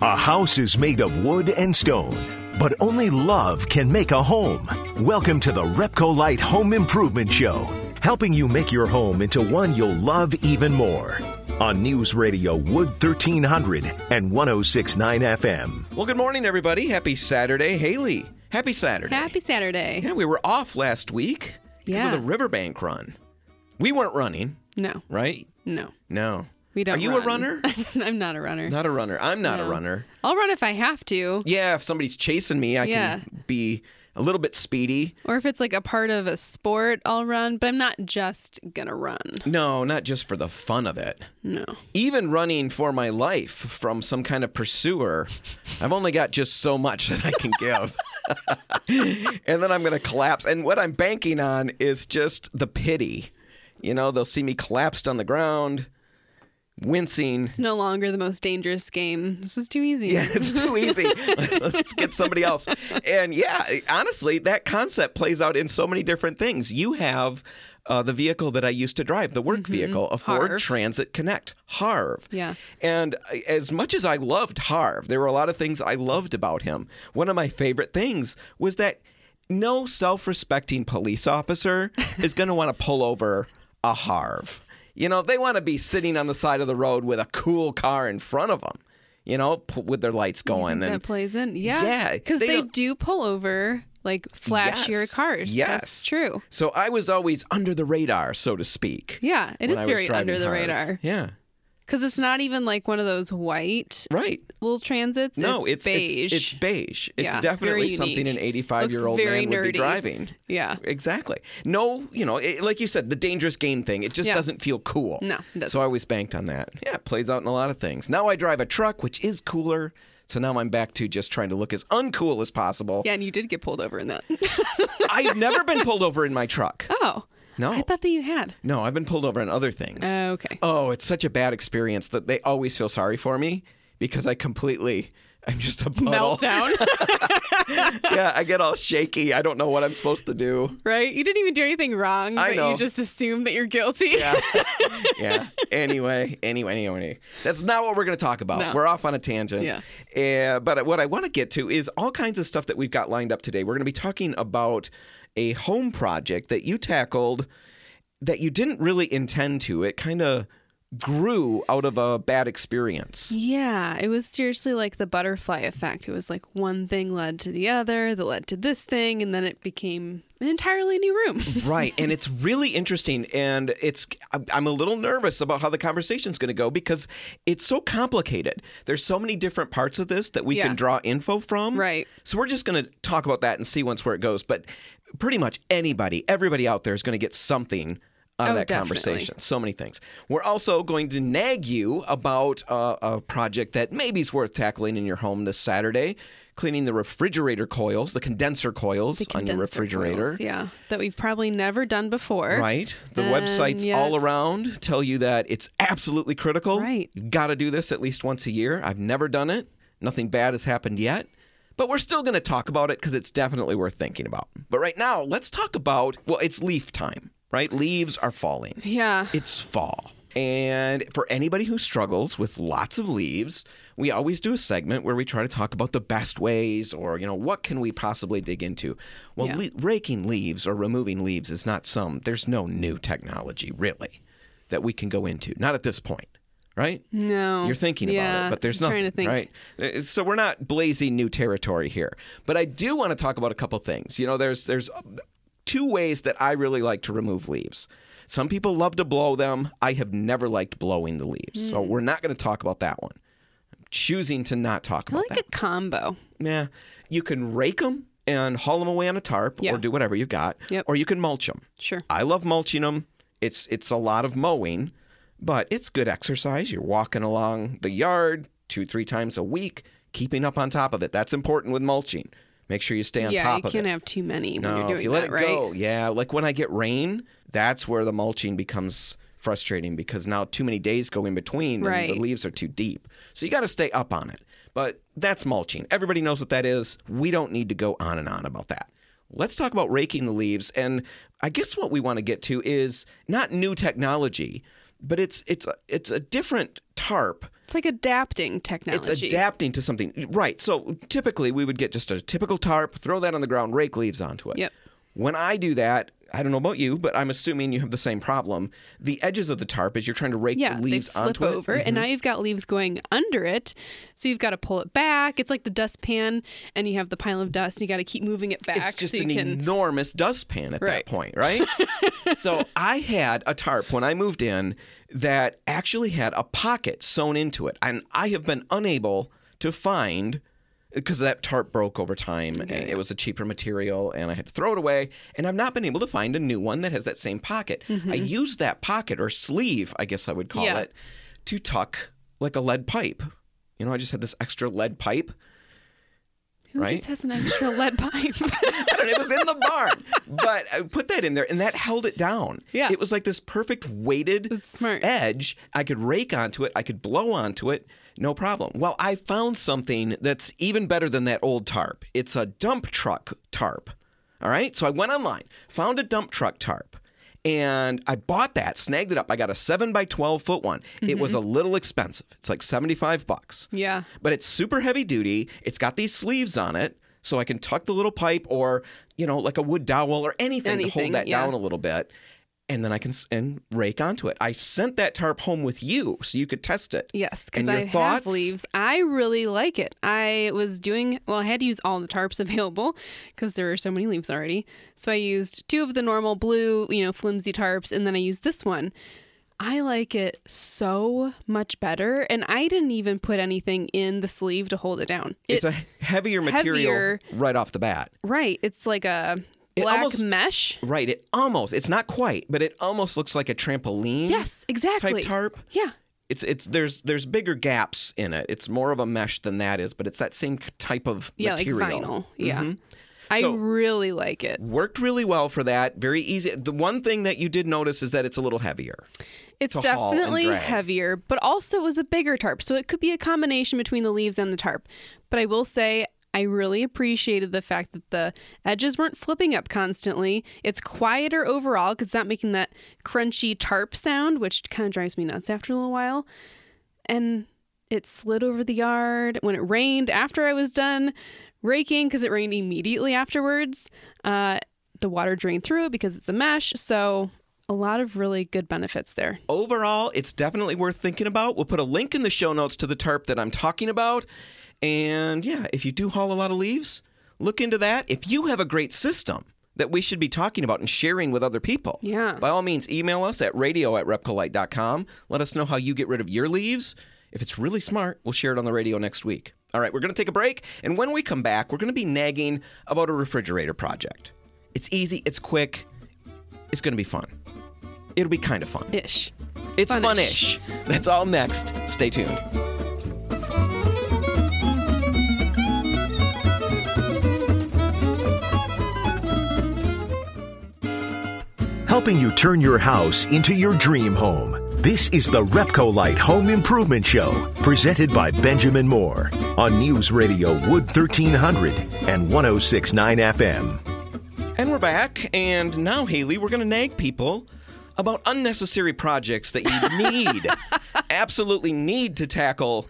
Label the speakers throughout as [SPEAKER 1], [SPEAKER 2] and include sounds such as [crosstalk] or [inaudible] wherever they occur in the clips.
[SPEAKER 1] A house is made of wood and stone, but only love can make a home. Welcome to the Repco Light Home Improvement Show, helping you make your home into one you'll love even more. On News Radio Wood 1300 and 1069 FM.
[SPEAKER 2] Well, good morning, everybody. Happy Saturday, Haley. Happy Saturday.
[SPEAKER 3] Happy Saturday.
[SPEAKER 2] Yeah, we were off last week because
[SPEAKER 3] Yeah.
[SPEAKER 2] of the riverbank run. We weren't running,
[SPEAKER 3] No,
[SPEAKER 2] right?
[SPEAKER 3] no,
[SPEAKER 2] No.
[SPEAKER 3] we don't.
[SPEAKER 2] Are you
[SPEAKER 3] run.
[SPEAKER 2] a runner?
[SPEAKER 3] [laughs] I'm not a runner.
[SPEAKER 2] not a runner. I'm not a
[SPEAKER 3] No.
[SPEAKER 2] runner.
[SPEAKER 3] I'll run if I have to,
[SPEAKER 2] Yeah, if somebody's chasing me, I
[SPEAKER 3] Yeah.
[SPEAKER 2] can be a little bit speedy.
[SPEAKER 3] or if it's like a part of a sport, I'll run. But I'm not just gonna run.
[SPEAKER 2] No, not just for the fun of it.
[SPEAKER 3] No.
[SPEAKER 2] Even running for my life from some kind of pursuer, I've only got just so much that I can give. [laughs] and then I'm going to collapse. And what I'm banking on is just the pity. You know, they'll see me collapsed on the ground, wincing. [laughs]
[SPEAKER 3] It's no longer the most dangerous game. This is too easy.
[SPEAKER 2] Yeah, it's too easy. [laughs] Let's get somebody else. And yeah, honestly, that concept plays out in so many different things. You have uh, the vehicle that I used to drive, the work vehicle, a Ford
[SPEAKER 3] Mm-hmm. Harv.
[SPEAKER 2] Transit Connect, Harv.
[SPEAKER 3] Yeah.
[SPEAKER 2] And I- as much as I loved Harv, there were a lot of things I loved about him. One of my favorite things was that no self respecting police officer is going to want to pull over a Harv. You know, they want to be sitting on the side of the road with a cool car in front of them, you know, p- with their lights going.
[SPEAKER 3] that
[SPEAKER 2] And
[SPEAKER 3] plays in. Yeah,
[SPEAKER 2] Yeah,
[SPEAKER 3] because
[SPEAKER 2] they
[SPEAKER 3] they,
[SPEAKER 2] don't-
[SPEAKER 3] do pull over like flashier
[SPEAKER 2] Yes,
[SPEAKER 3] cars.
[SPEAKER 2] yes.
[SPEAKER 3] that's true.
[SPEAKER 2] so I was always under the radar, so to speak.
[SPEAKER 3] Yeah, it
[SPEAKER 2] when
[SPEAKER 3] is
[SPEAKER 2] I was
[SPEAKER 3] very
[SPEAKER 2] driving
[SPEAKER 3] under the
[SPEAKER 2] Harv.
[SPEAKER 3] radar
[SPEAKER 2] Yeah.
[SPEAKER 3] because it's not even like one of those white
[SPEAKER 2] Right.
[SPEAKER 3] little transits.
[SPEAKER 2] no, it's, It's,
[SPEAKER 3] beige.
[SPEAKER 2] it's beige. It's
[SPEAKER 3] Yeah, very
[SPEAKER 2] definitely
[SPEAKER 3] unique.
[SPEAKER 2] something an 85 year old
[SPEAKER 3] Looks very
[SPEAKER 2] man would be
[SPEAKER 3] nerdy.
[SPEAKER 2] driving.
[SPEAKER 3] yeah.
[SPEAKER 2] Exactly. No, you know, it, like you said, the dangerous game thing. It just
[SPEAKER 3] Yeah.
[SPEAKER 2] doesn't feel cool.
[SPEAKER 3] No, it doesn't.
[SPEAKER 2] So I always banked on that. Yeah, it plays out in a lot of things. Now I drive a truck, which is cooler. So now I'm back to just trying to look as uncool as possible.
[SPEAKER 3] Yeah, and you did get pulled over in that.
[SPEAKER 2] [laughs]
[SPEAKER 3] [laughs]
[SPEAKER 2] I've never been pulled over in my truck.
[SPEAKER 3] oh.
[SPEAKER 2] No.
[SPEAKER 3] I thought that you had.
[SPEAKER 2] No, I've been pulled over in other things.
[SPEAKER 3] Oh, okay. [laughs]
[SPEAKER 2] Oh, it's such a bad experience that they always feel sorry for me because I completely, I'm just a puddle.
[SPEAKER 3] Meltdown.
[SPEAKER 2] [laughs]
[SPEAKER 3] [laughs]
[SPEAKER 2] yeah, I get all shaky. I don't know what I'm supposed to do.
[SPEAKER 3] right? You didn't even do anything wrong,
[SPEAKER 2] I
[SPEAKER 3] but
[SPEAKER 2] know.
[SPEAKER 3] you just assume that you're guilty.
[SPEAKER 2] yeah. [laughs] yeah. Anyway, anyway, anyway, anyway. That's not what we're going to talk about.
[SPEAKER 3] No.
[SPEAKER 2] We're off on a tangent.
[SPEAKER 3] Yeah.
[SPEAKER 2] Uh, but what I want to get to is all kinds of stuff that we've got lined up today. We're going to be talking about a home project that you tackled that you didn't really intend to. It kind of grew out of a bad experience.
[SPEAKER 3] [laughs] Yeah, it was seriously like the butterfly effect. It was like one thing led to the other, that led to this thing, and then it became an entirely new
[SPEAKER 2] [laughs]
[SPEAKER 3] room.
[SPEAKER 2] Right, and it's really interesting, and it's I'm- I'm a little nervous about how the conversation's going to go because it's so complicated. There's so many different parts of this that we
[SPEAKER 3] Yeah.
[SPEAKER 2] can draw info from.
[SPEAKER 3] Right.
[SPEAKER 2] So we're just going to talk about that and see once where it goes. But pretty much anybody, everybody out there is going to get something out of
[SPEAKER 3] Oh,
[SPEAKER 2] that
[SPEAKER 3] definitely.
[SPEAKER 2] conversation. So many things. We're also going to nag you about uh, a project that maybe is worth tackling in your home this Saturday. Cleaning the refrigerator coils, the condenser coils on your
[SPEAKER 3] Condenser
[SPEAKER 2] refrigerator.
[SPEAKER 3] coils, yeah, that we've probably never done before.
[SPEAKER 2] Right. The
[SPEAKER 3] And
[SPEAKER 2] websites
[SPEAKER 3] yet-
[SPEAKER 2] all around tell you that it's absolutely critical.
[SPEAKER 3] Right.
[SPEAKER 2] You've got to do this at least once a year. I've never done it. Nothing bad has happened yet. But we're still going to talk about it because it's definitely worth thinking about. But right now, let's talk about well, it's leaf time, right? Leaves are falling.
[SPEAKER 3] Yeah.
[SPEAKER 2] It's fall. And for anybody who struggles with lots of leaves, we always do a segment where we try to talk about the best ways or, you know, what can we possibly dig into? Well,
[SPEAKER 3] Yeah.
[SPEAKER 2] le- raking leaves or removing leaves is not some, there's no new technology really that we can go into. Not at this point, right?
[SPEAKER 3] No.
[SPEAKER 2] You're thinking about
[SPEAKER 3] Yeah,
[SPEAKER 2] it, but there's
[SPEAKER 3] I'm
[SPEAKER 2] nothing,
[SPEAKER 3] trying to think.
[SPEAKER 2] right? Uh, So we're not blazing new territory here. But I do want to talk about a couple things. You know, there's there's two ways that I really like to remove leaves. Some people love to blow them. I have never liked blowing the leaves,
[SPEAKER 3] Hmm.
[SPEAKER 2] so we're not going to talk about that one. I'm choosing to not talk
[SPEAKER 3] I
[SPEAKER 2] about
[SPEAKER 3] like a combo.
[SPEAKER 2] that. Nah, you can rake them and haul them away on a tarp,
[SPEAKER 3] Yeah.
[SPEAKER 2] or do whatever you've got,
[SPEAKER 3] Yep.
[SPEAKER 2] or you can mulch them.
[SPEAKER 3] Sure.
[SPEAKER 2] I love mulching them. It's it's a lot of mowing, but it's good exercise. You're walking along the yard, two, three times a week, keeping up on top of it. That's important with mulching. Make sure you stay on
[SPEAKER 3] yeah,
[SPEAKER 2] top
[SPEAKER 3] you
[SPEAKER 2] of
[SPEAKER 3] can't
[SPEAKER 2] it.
[SPEAKER 3] have too many when
[SPEAKER 2] no,
[SPEAKER 3] you're doing
[SPEAKER 2] if you
[SPEAKER 3] that,
[SPEAKER 2] let it
[SPEAKER 3] right?
[SPEAKER 2] go, yeah. Like when I get rain, that's where the mulching becomes frustrating because now too many days go in between and
[SPEAKER 3] Right.
[SPEAKER 2] the leaves are too deep. So you got to stay up on it. But that's mulching. Everybody knows what that is. We don't need to go on and on about that. Let's talk about raking the leaves and I guess what we want to get to is not new technology, but it's it's a, it's a different tarp
[SPEAKER 3] It's like adapting technology.
[SPEAKER 2] it's adapting to something. Right. So typically we would get just a typical tarp, throw that on the ground, rake leaves onto it.
[SPEAKER 3] Yep.
[SPEAKER 2] When I do that, I don't know about you, but I'm assuming you have the same problem. The edges of the tarp as you're trying to rake
[SPEAKER 3] yeah,
[SPEAKER 2] the leaves
[SPEAKER 3] they flip
[SPEAKER 2] onto
[SPEAKER 3] over,
[SPEAKER 2] it. Mm-hmm.
[SPEAKER 3] and now you've got leaves going under it, so you've got to pull it back. It's like the dustpan, and you have the pile of dust, and you got to keep moving it back.
[SPEAKER 2] It's just
[SPEAKER 3] so you
[SPEAKER 2] an
[SPEAKER 3] can...
[SPEAKER 2] enormous dustpan at
[SPEAKER 3] Right.
[SPEAKER 2] that point,
[SPEAKER 3] [laughs]
[SPEAKER 2] right? so I had a tarp when I moved in that actually had a pocket sewn into it, and I have been unable to find because that tarp broke over time and it was a cheaper material and I had to throw it away and I've not been able to find a new one that has that same pocket. I used that pocket or sleeve, I guess I would call
[SPEAKER 3] Mm-hmm. Yeah.
[SPEAKER 2] it, to tuck like a lead pipe. You know, I just had this extra lead pipe
[SPEAKER 3] Who
[SPEAKER 2] right?
[SPEAKER 3] just has an extra lead
[SPEAKER 2] [laughs]
[SPEAKER 3] pipe?
[SPEAKER 2] I don't know, It was in the barn, but I put that in there, and that held it down.
[SPEAKER 3] Yeah.
[SPEAKER 2] it was like this perfect weighted
[SPEAKER 3] That's smart.
[SPEAKER 2] edge. I could rake onto it. I could blow onto it. No problem. Well, I found something that's even better than that old tarp. It's a dump truck tarp. All right. So I went online, found a dump truck tarp. And I bought that, snagged it up. I got a seven by twelve foot one. It was a little expensive. It's like seventy five bucks
[SPEAKER 3] Mm-hmm. yeah.
[SPEAKER 2] but it's super heavy duty. It's got these sleeves on it, so I can tuck the little pipe or you know like a wood dowel or anything, to
[SPEAKER 3] Anything,
[SPEAKER 2] hold that
[SPEAKER 3] yeah.
[SPEAKER 2] down a little bit, and then I can s- and rake onto it. I sent that tarp home with you so you could test it.
[SPEAKER 3] Yes, because
[SPEAKER 2] And your
[SPEAKER 3] I
[SPEAKER 2] thoughts?
[SPEAKER 3] have leaves. I really like it. I was doing well. I had to use all the tarps [laughs] available because there were so many leaves already. So I used two of the normal blue, you know, flimsy tarps, and then I used this one. I like it so much better, and I didn't even put anything in the sleeve to hold it down. It,
[SPEAKER 2] It's a heavier material
[SPEAKER 3] heavier-
[SPEAKER 2] right off the bat.
[SPEAKER 3] right. It's like a
[SPEAKER 2] It
[SPEAKER 3] black
[SPEAKER 2] almost-
[SPEAKER 3] mesh.
[SPEAKER 2] Right, it almost it's not quite, but it almost looks like a trampoline.
[SPEAKER 3] Yes, exactly.
[SPEAKER 2] Type tarp.
[SPEAKER 3] Yeah.
[SPEAKER 2] It's it's there's there's bigger gaps in it. It's more of a mesh than that is, but it's that same type of
[SPEAKER 3] Yeah,
[SPEAKER 2] material. Mm-hmm.
[SPEAKER 3] like vinyl. Yeah. I
[SPEAKER 2] So-
[SPEAKER 3] really like it.
[SPEAKER 2] worked really well for that. Very easy. The one thing that you did notice is that it's a little heavier.
[SPEAKER 3] It's
[SPEAKER 2] to haul and
[SPEAKER 3] definitely
[SPEAKER 2] drag.
[SPEAKER 3] heavier, but also it was a bigger tarp. So it could be a combination between the leaves and the tarp. But I will say, I really appreciated the fact that the edges weren't flipping up constantly. It's quieter overall because it's not making that crunchy tarp sound, which kind of drives me nuts after a little while. And it slid over the yard when it rained after I was done raking because it rained immediately afterwards. Uh, the water drained through it because it's a mesh. So a lot of really good benefits there.
[SPEAKER 2] Overall, it's definitely worth thinking about. We'll put a link in the show notes to the tarp that I'm talking about. And yeah, if you do haul a lot of leaves, look into that. If you have a great system that we should be talking about and sharing with other people,
[SPEAKER 3] Yeah.
[SPEAKER 2] by all means, email us at radio at repcolite.com. Let us know how you get rid of your leaves. If it's really smart, we'll share it on the radio next week. All right, we're going to take a break. And when we come back, we're going to be nagging about a refrigerator project. It's easy, it's quick, it's going to be fun. It'll be kind of fun.
[SPEAKER 3] Ish.
[SPEAKER 2] It's
[SPEAKER 3] Fun-ish.
[SPEAKER 2] funish. That's all next. Stay tuned.
[SPEAKER 1] helping you turn your house into your dream home. This is the Repco Light Home Improvement Show, presented by Benjamin Moore on News Radio Wood 1300 and 1069 FM.
[SPEAKER 2] And we're back. And now, Haley, we're going to nag people about unnecessary projects that [laughs] you need, absolutely need to tackle,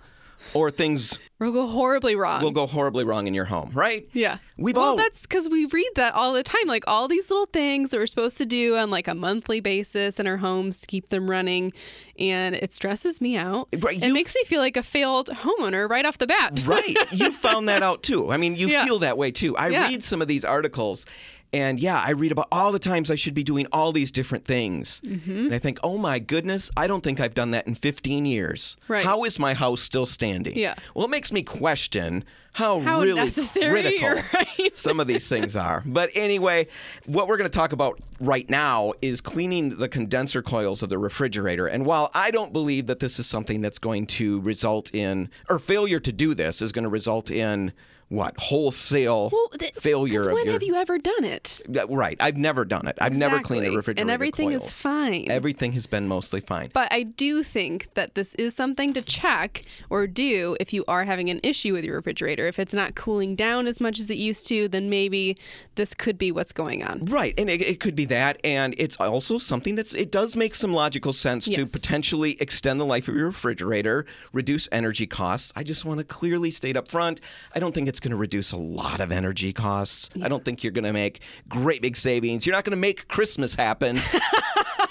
[SPEAKER 2] or things
[SPEAKER 3] We'll go horribly wrong.
[SPEAKER 2] will go horribly wrong in your home, right?
[SPEAKER 3] Yeah.
[SPEAKER 2] We've
[SPEAKER 3] well,
[SPEAKER 2] all.
[SPEAKER 3] that's because we read that all the time. Like all these little things that we're supposed to do on like a monthly basis in our homes to keep them running, and it stresses me out.
[SPEAKER 2] Right,
[SPEAKER 3] it
[SPEAKER 2] you-
[SPEAKER 3] makes me feel like a failed homeowner right off the bat. [laughs]
[SPEAKER 2] Right. You found that out too. I mean, you
[SPEAKER 3] Yeah.
[SPEAKER 2] feel that way too. I
[SPEAKER 3] Yeah.
[SPEAKER 2] read some of these articles And yeah, I read about all the times I should be doing all these different things.
[SPEAKER 3] Mm-hmm.
[SPEAKER 2] And I think, oh my goodness, I don't think I've done that in 15 years.
[SPEAKER 3] Right.
[SPEAKER 2] How is my house still standing?
[SPEAKER 3] Yeah.
[SPEAKER 2] Well, it makes me question how,
[SPEAKER 3] How
[SPEAKER 2] really
[SPEAKER 3] necessary, [laughs]
[SPEAKER 2] critical
[SPEAKER 3] right?
[SPEAKER 2] some of these things are. But anyway, what we're going to talk about right now is cleaning the condenser coils of the refrigerator. And while I don't believe that this is something that's going to result in, or failure to do this is going to result in what wholesale
[SPEAKER 3] th- 'cause
[SPEAKER 2] failure of
[SPEAKER 3] When
[SPEAKER 2] your
[SPEAKER 3] have you ever done it?
[SPEAKER 2] Yeah, Right. I've never done it. I've never cleaned a
[SPEAKER 3] Exactly.
[SPEAKER 2] refrigerator.
[SPEAKER 3] And everything is
[SPEAKER 2] coils.
[SPEAKER 3] fine.
[SPEAKER 2] Everything has been mostly fine.
[SPEAKER 3] But I do think that this is something to check or do if you are having an issue with your refrigerator. If it's not cooling down as much as it used to, then maybe this could be what's going on.
[SPEAKER 2] Right, and it, it could be that, and it's also something that's it does make some logical sense to
[SPEAKER 3] Yes.
[SPEAKER 2] potentially extend the life of your refrigerator, reduce energy costs. I just want to clearly state up front, I don't think it's going to reduce a lot of energy costs. I don't think you're going to make great big savings. You're not going to make Christmas happen.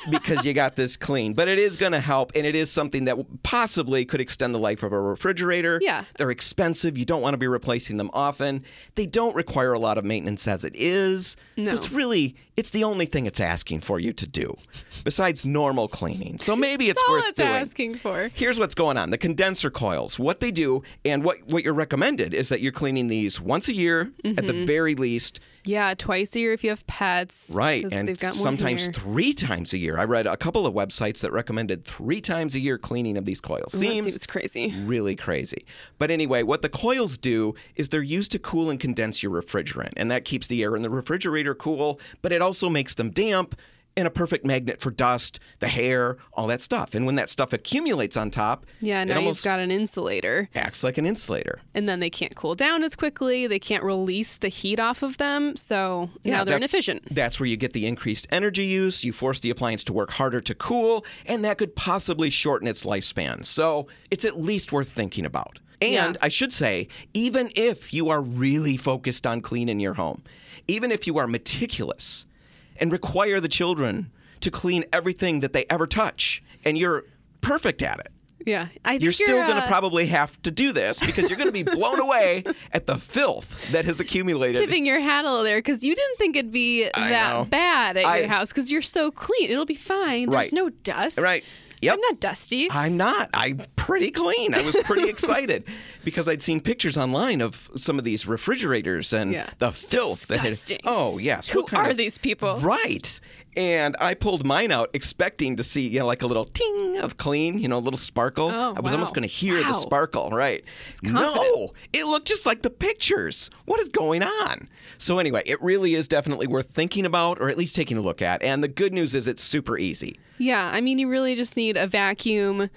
[SPEAKER 2] because you got this clean. But it is going to help, and it is something that possibly could extend the life of a refrigerator.
[SPEAKER 3] Yeah.
[SPEAKER 2] They're expensive. You don't want to be replacing them often. They don't require a lot of maintenance as it is. So it's really, it's the only thing it's asking for you to do besides normal cleaning. So maybe it's
[SPEAKER 3] That's all
[SPEAKER 2] worth
[SPEAKER 3] it's
[SPEAKER 2] doing.
[SPEAKER 3] asking for.
[SPEAKER 2] Here's what's going on. The condenser coils, what they do and what, what you're recommended is that you're cleaning these once a year at
[SPEAKER 3] Mm-hmm.
[SPEAKER 2] the very least.
[SPEAKER 3] Yeah, twice a year if you have pets.
[SPEAKER 2] Right,
[SPEAKER 3] 'cause
[SPEAKER 2] and
[SPEAKER 3] they've got more
[SPEAKER 2] sometimes
[SPEAKER 3] hair.
[SPEAKER 2] three times a year. I read a couple of websites that recommended three times a year cleaning of these coils.
[SPEAKER 3] Well, that
[SPEAKER 2] Seems,
[SPEAKER 3] seems crazy.
[SPEAKER 2] really crazy. But anyway, what the coils do is they're used to cool and condense your refrigerant, and that keeps the air in the refrigerator cool, but it also makes them damp and a perfect magnet for dust, the hair, all that stuff. And when that stuff accumulates on top,
[SPEAKER 3] Yeah,
[SPEAKER 2] it
[SPEAKER 3] now
[SPEAKER 2] almost
[SPEAKER 3] you've got an insulator,
[SPEAKER 2] acts like an insulator.
[SPEAKER 3] and then they can't cool down as quickly. They can't release the heat off of them, so now they're
[SPEAKER 2] that's-
[SPEAKER 3] inefficient.
[SPEAKER 2] That's where you get the increased energy use. You force the appliance to work harder to cool, and that could possibly shorten its lifespan. So it's at least worth thinking about. And
[SPEAKER 3] Yeah.
[SPEAKER 2] I should say, even if you are really focused on cleaning your home, even if you are meticulous and require the children to clean everything that they ever touch, and you're perfect at it,
[SPEAKER 3] Yeah, I think
[SPEAKER 2] you're still going to
[SPEAKER 3] uh,
[SPEAKER 2] probably have to do this because you're going to be blown away at the filth that
[SPEAKER 3] [laughs]
[SPEAKER 2] has accumulated.
[SPEAKER 3] tipping your hat a little there because you didn't think it'd be
[SPEAKER 2] I
[SPEAKER 3] that
[SPEAKER 2] know.
[SPEAKER 3] bad at
[SPEAKER 2] I-
[SPEAKER 3] your house because you're so clean. It'll be fine.
[SPEAKER 2] Right.
[SPEAKER 3] There's no dust.
[SPEAKER 2] Right. Yep.
[SPEAKER 3] I'm not dusty.
[SPEAKER 2] I'm not. I'm pretty clean. I was
[SPEAKER 3] [laughs]
[SPEAKER 2] pretty excited because I'd seen pictures online of some of these refrigerators and
[SPEAKER 3] Yeah.
[SPEAKER 2] the filth
[SPEAKER 3] Disgusting.
[SPEAKER 2] that had. Oh yes.
[SPEAKER 3] Who
[SPEAKER 2] What kind
[SPEAKER 3] are these people?
[SPEAKER 2] Right. And I pulled mine out expecting to see you know, like a little ting of clean, you know, a little sparkle.
[SPEAKER 3] Oh,
[SPEAKER 2] I was almost
[SPEAKER 3] wow.
[SPEAKER 2] going to hear the
[SPEAKER 3] Wow.
[SPEAKER 2] sparkle, right? No,
[SPEAKER 3] confident.
[SPEAKER 2] it looked just like the pictures. What is going on? So anyway, it really is definitely worth thinking about or at least taking a look at. And the good news is it's super easy.
[SPEAKER 3] yeah, I mean, you really just need a vacuum,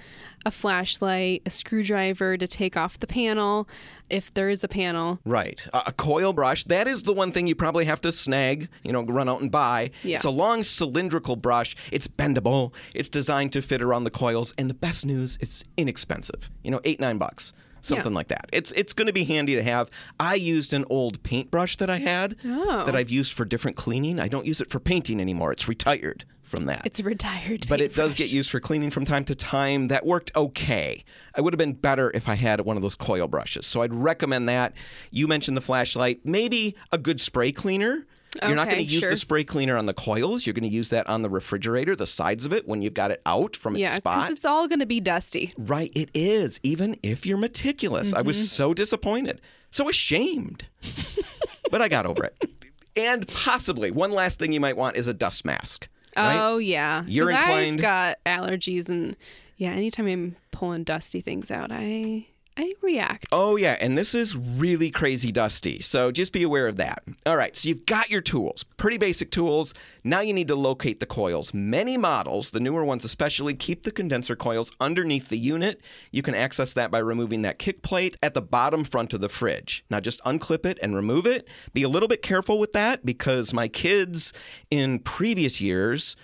[SPEAKER 3] a flashlight, a screwdriver to take off the panel if there is a panel.
[SPEAKER 2] Right. A, a coil brush, that is the one thing you probably have to snag, you know, run out and buy.
[SPEAKER 3] Yeah.
[SPEAKER 2] It's a long cylindrical brush. It's bendable. It's designed to fit around the coils. And the best news, it's inexpensive. You know, eight, nine bucks. Something like that. It's it's going to be handy to have. I used an old paintbrush that I had that I've used for different cleaning. I don't use it for painting anymore. It's retired from that
[SPEAKER 3] It's [laughs] retired.
[SPEAKER 2] but it does
[SPEAKER 3] paintbrush.
[SPEAKER 2] get used for cleaning from time to time. That worked okay. I would have been better if I had one of those coil brushes. So I'd recommend that. You mentioned the flashlight, maybe a good spray cleaner. You're not
[SPEAKER 3] Okay,
[SPEAKER 2] going to use
[SPEAKER 3] sure.
[SPEAKER 2] the spray cleaner on the coils. You're going to use that on the refrigerator, the sides of it when you've got it out from its
[SPEAKER 3] Yeah,
[SPEAKER 2] spot.
[SPEAKER 3] because it's all going to be dusty.
[SPEAKER 2] Right, it is, even if you're meticulous. I
[SPEAKER 3] Mm-hmm.
[SPEAKER 2] was so disappointed, so ashamed, but I got over it. And possibly one last thing you might want is a dust mask. right?
[SPEAKER 3] Oh yeah, 'Cause
[SPEAKER 2] You're inclined-
[SPEAKER 3] I've got allergies and yeah, anytime I'm pulling dusty things out, I I react.
[SPEAKER 2] Oh, yeah. And this is really crazy dusty. So just be aware of that. All right. So you've got your tools, pretty basic tools. Now you need to locate the coils. Many models, the newer ones especially, keep the condenser coils underneath the unit. You can access that by removing that kick plate at the bottom front of the fridge. Now just unclip it and remove it. Be a little bit careful with that because my kids in previous years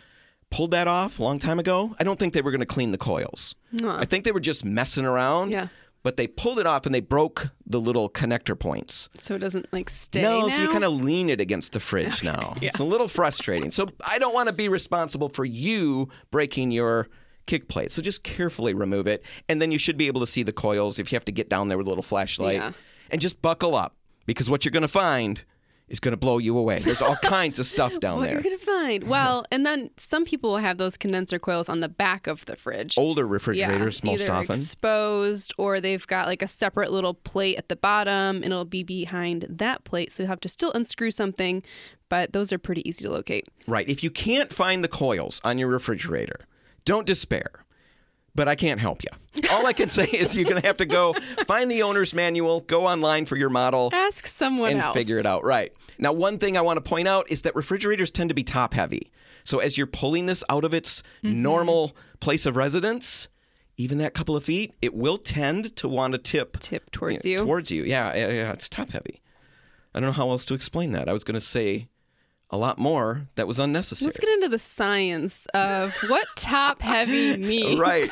[SPEAKER 2] pulled that off a long time ago. I don't think they were going to clean the coils. I think they were just messing around.
[SPEAKER 3] Yeah.
[SPEAKER 2] But they pulled it off and they broke the little connector points.
[SPEAKER 3] So it doesn't like stay.
[SPEAKER 2] no,
[SPEAKER 3] now?
[SPEAKER 2] so you kind of lean it against the fridge now. It's a little frustrating. So I don't want to be responsible for you breaking your kick plate. So just carefully remove it. And then you should be able to see the coils if you have to get down there with a little flashlight.
[SPEAKER 3] Yeah.
[SPEAKER 2] And just buckle up because what you're going to find is going to blow you away. There's all kinds of stuff down
[SPEAKER 3] [laughs] what
[SPEAKER 2] there.
[SPEAKER 3] you're gonna find. Well, and then some people will have those condenser coils on the back of the fridge.
[SPEAKER 2] Older refrigerators,
[SPEAKER 3] yeah,
[SPEAKER 2] most
[SPEAKER 3] either
[SPEAKER 2] often.
[SPEAKER 3] exposed or they've got like a separate little plate at the bottom and it'll be behind that plate so you have to still unscrew something but those are pretty easy to locate
[SPEAKER 2] Right. If you can't find the coils on your refrigerator, don't despair. But I can't help you. All I can say is you're going to have to go find the owner's manual, go online for your model,
[SPEAKER 3] ask someone
[SPEAKER 2] and
[SPEAKER 3] else
[SPEAKER 2] figure it out. Right. Now, one thing I want to point out is that refrigerators tend to be top heavy. So as you're pulling this out of its
[SPEAKER 3] Mm-hmm.
[SPEAKER 2] normal place of residence, even that couple of feet, it will tend to want to tip
[SPEAKER 3] tip towards
[SPEAKER 2] yeah,
[SPEAKER 3] you
[SPEAKER 2] Towards you. Yeah, yeah, yeah. It's top heavy. I don't know how else to explain that. I was going to say a lot more that was unnecessary.
[SPEAKER 3] let's get into the science of what
[SPEAKER 2] [laughs]
[SPEAKER 3] top heavy [laughs] means
[SPEAKER 2] Right,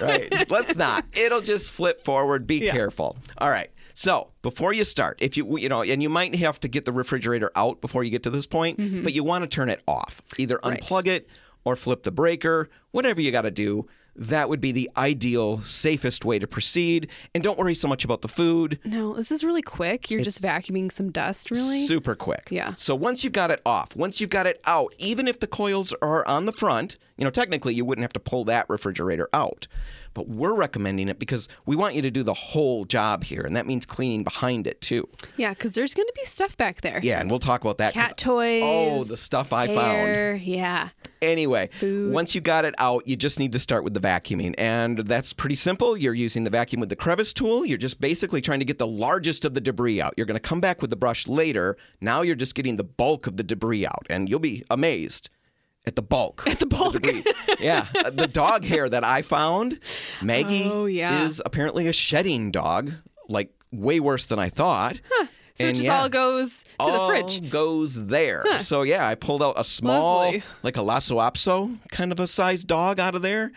[SPEAKER 2] right. Let's not. It'll just flip forward. Be careful. All right. So before you start, if you you know, and you might have to get the refrigerator out before you get to this point, but you want to turn it off. Either unplug it or flip the breaker. Whatever you got to do. That would be the ideal, safest way to proceed. And don't worry so much about the food.
[SPEAKER 3] no this is really quick you're just vacuuming some dust really
[SPEAKER 2] Super quick.
[SPEAKER 3] Yeah.
[SPEAKER 2] So once you've got it off, once you've got it out, even if the coils are on the front, you know, technically you wouldn't have to pull that refrigerator out. But we're recommending it because we want you to do the whole job here, and that means cleaning behind it too.
[SPEAKER 3] yeah because there's gonna be stuff back there
[SPEAKER 2] Yeah, and we'll talk about that. 'cause-
[SPEAKER 3] cat toys
[SPEAKER 2] Oh, the stuff I found.
[SPEAKER 3] hair, yeah
[SPEAKER 2] Anyway, once you got it out, you just need to start with the vacuuming. And that's pretty simple. You're using the vacuum with the crevice tool. You're just basically trying to get the largest of the debris out. You're going to come back with the brush later. Now you're just getting the bulk of the debris out. And you'll be amazed at the bulk. At the bulk. yeah. Uh, The dog hair that I found, Maggie
[SPEAKER 3] Oh, yeah.
[SPEAKER 2] is apparently a shedding dog, like way worse than I thought.
[SPEAKER 3] so it
[SPEAKER 2] And
[SPEAKER 3] just
[SPEAKER 2] yeah
[SPEAKER 3] all goes to the
[SPEAKER 2] all
[SPEAKER 3] fridge
[SPEAKER 2] goes there. So yeah, I pulled out a small,
[SPEAKER 3] Lovely.
[SPEAKER 2] like a Lhasa kind of a size dog out of there.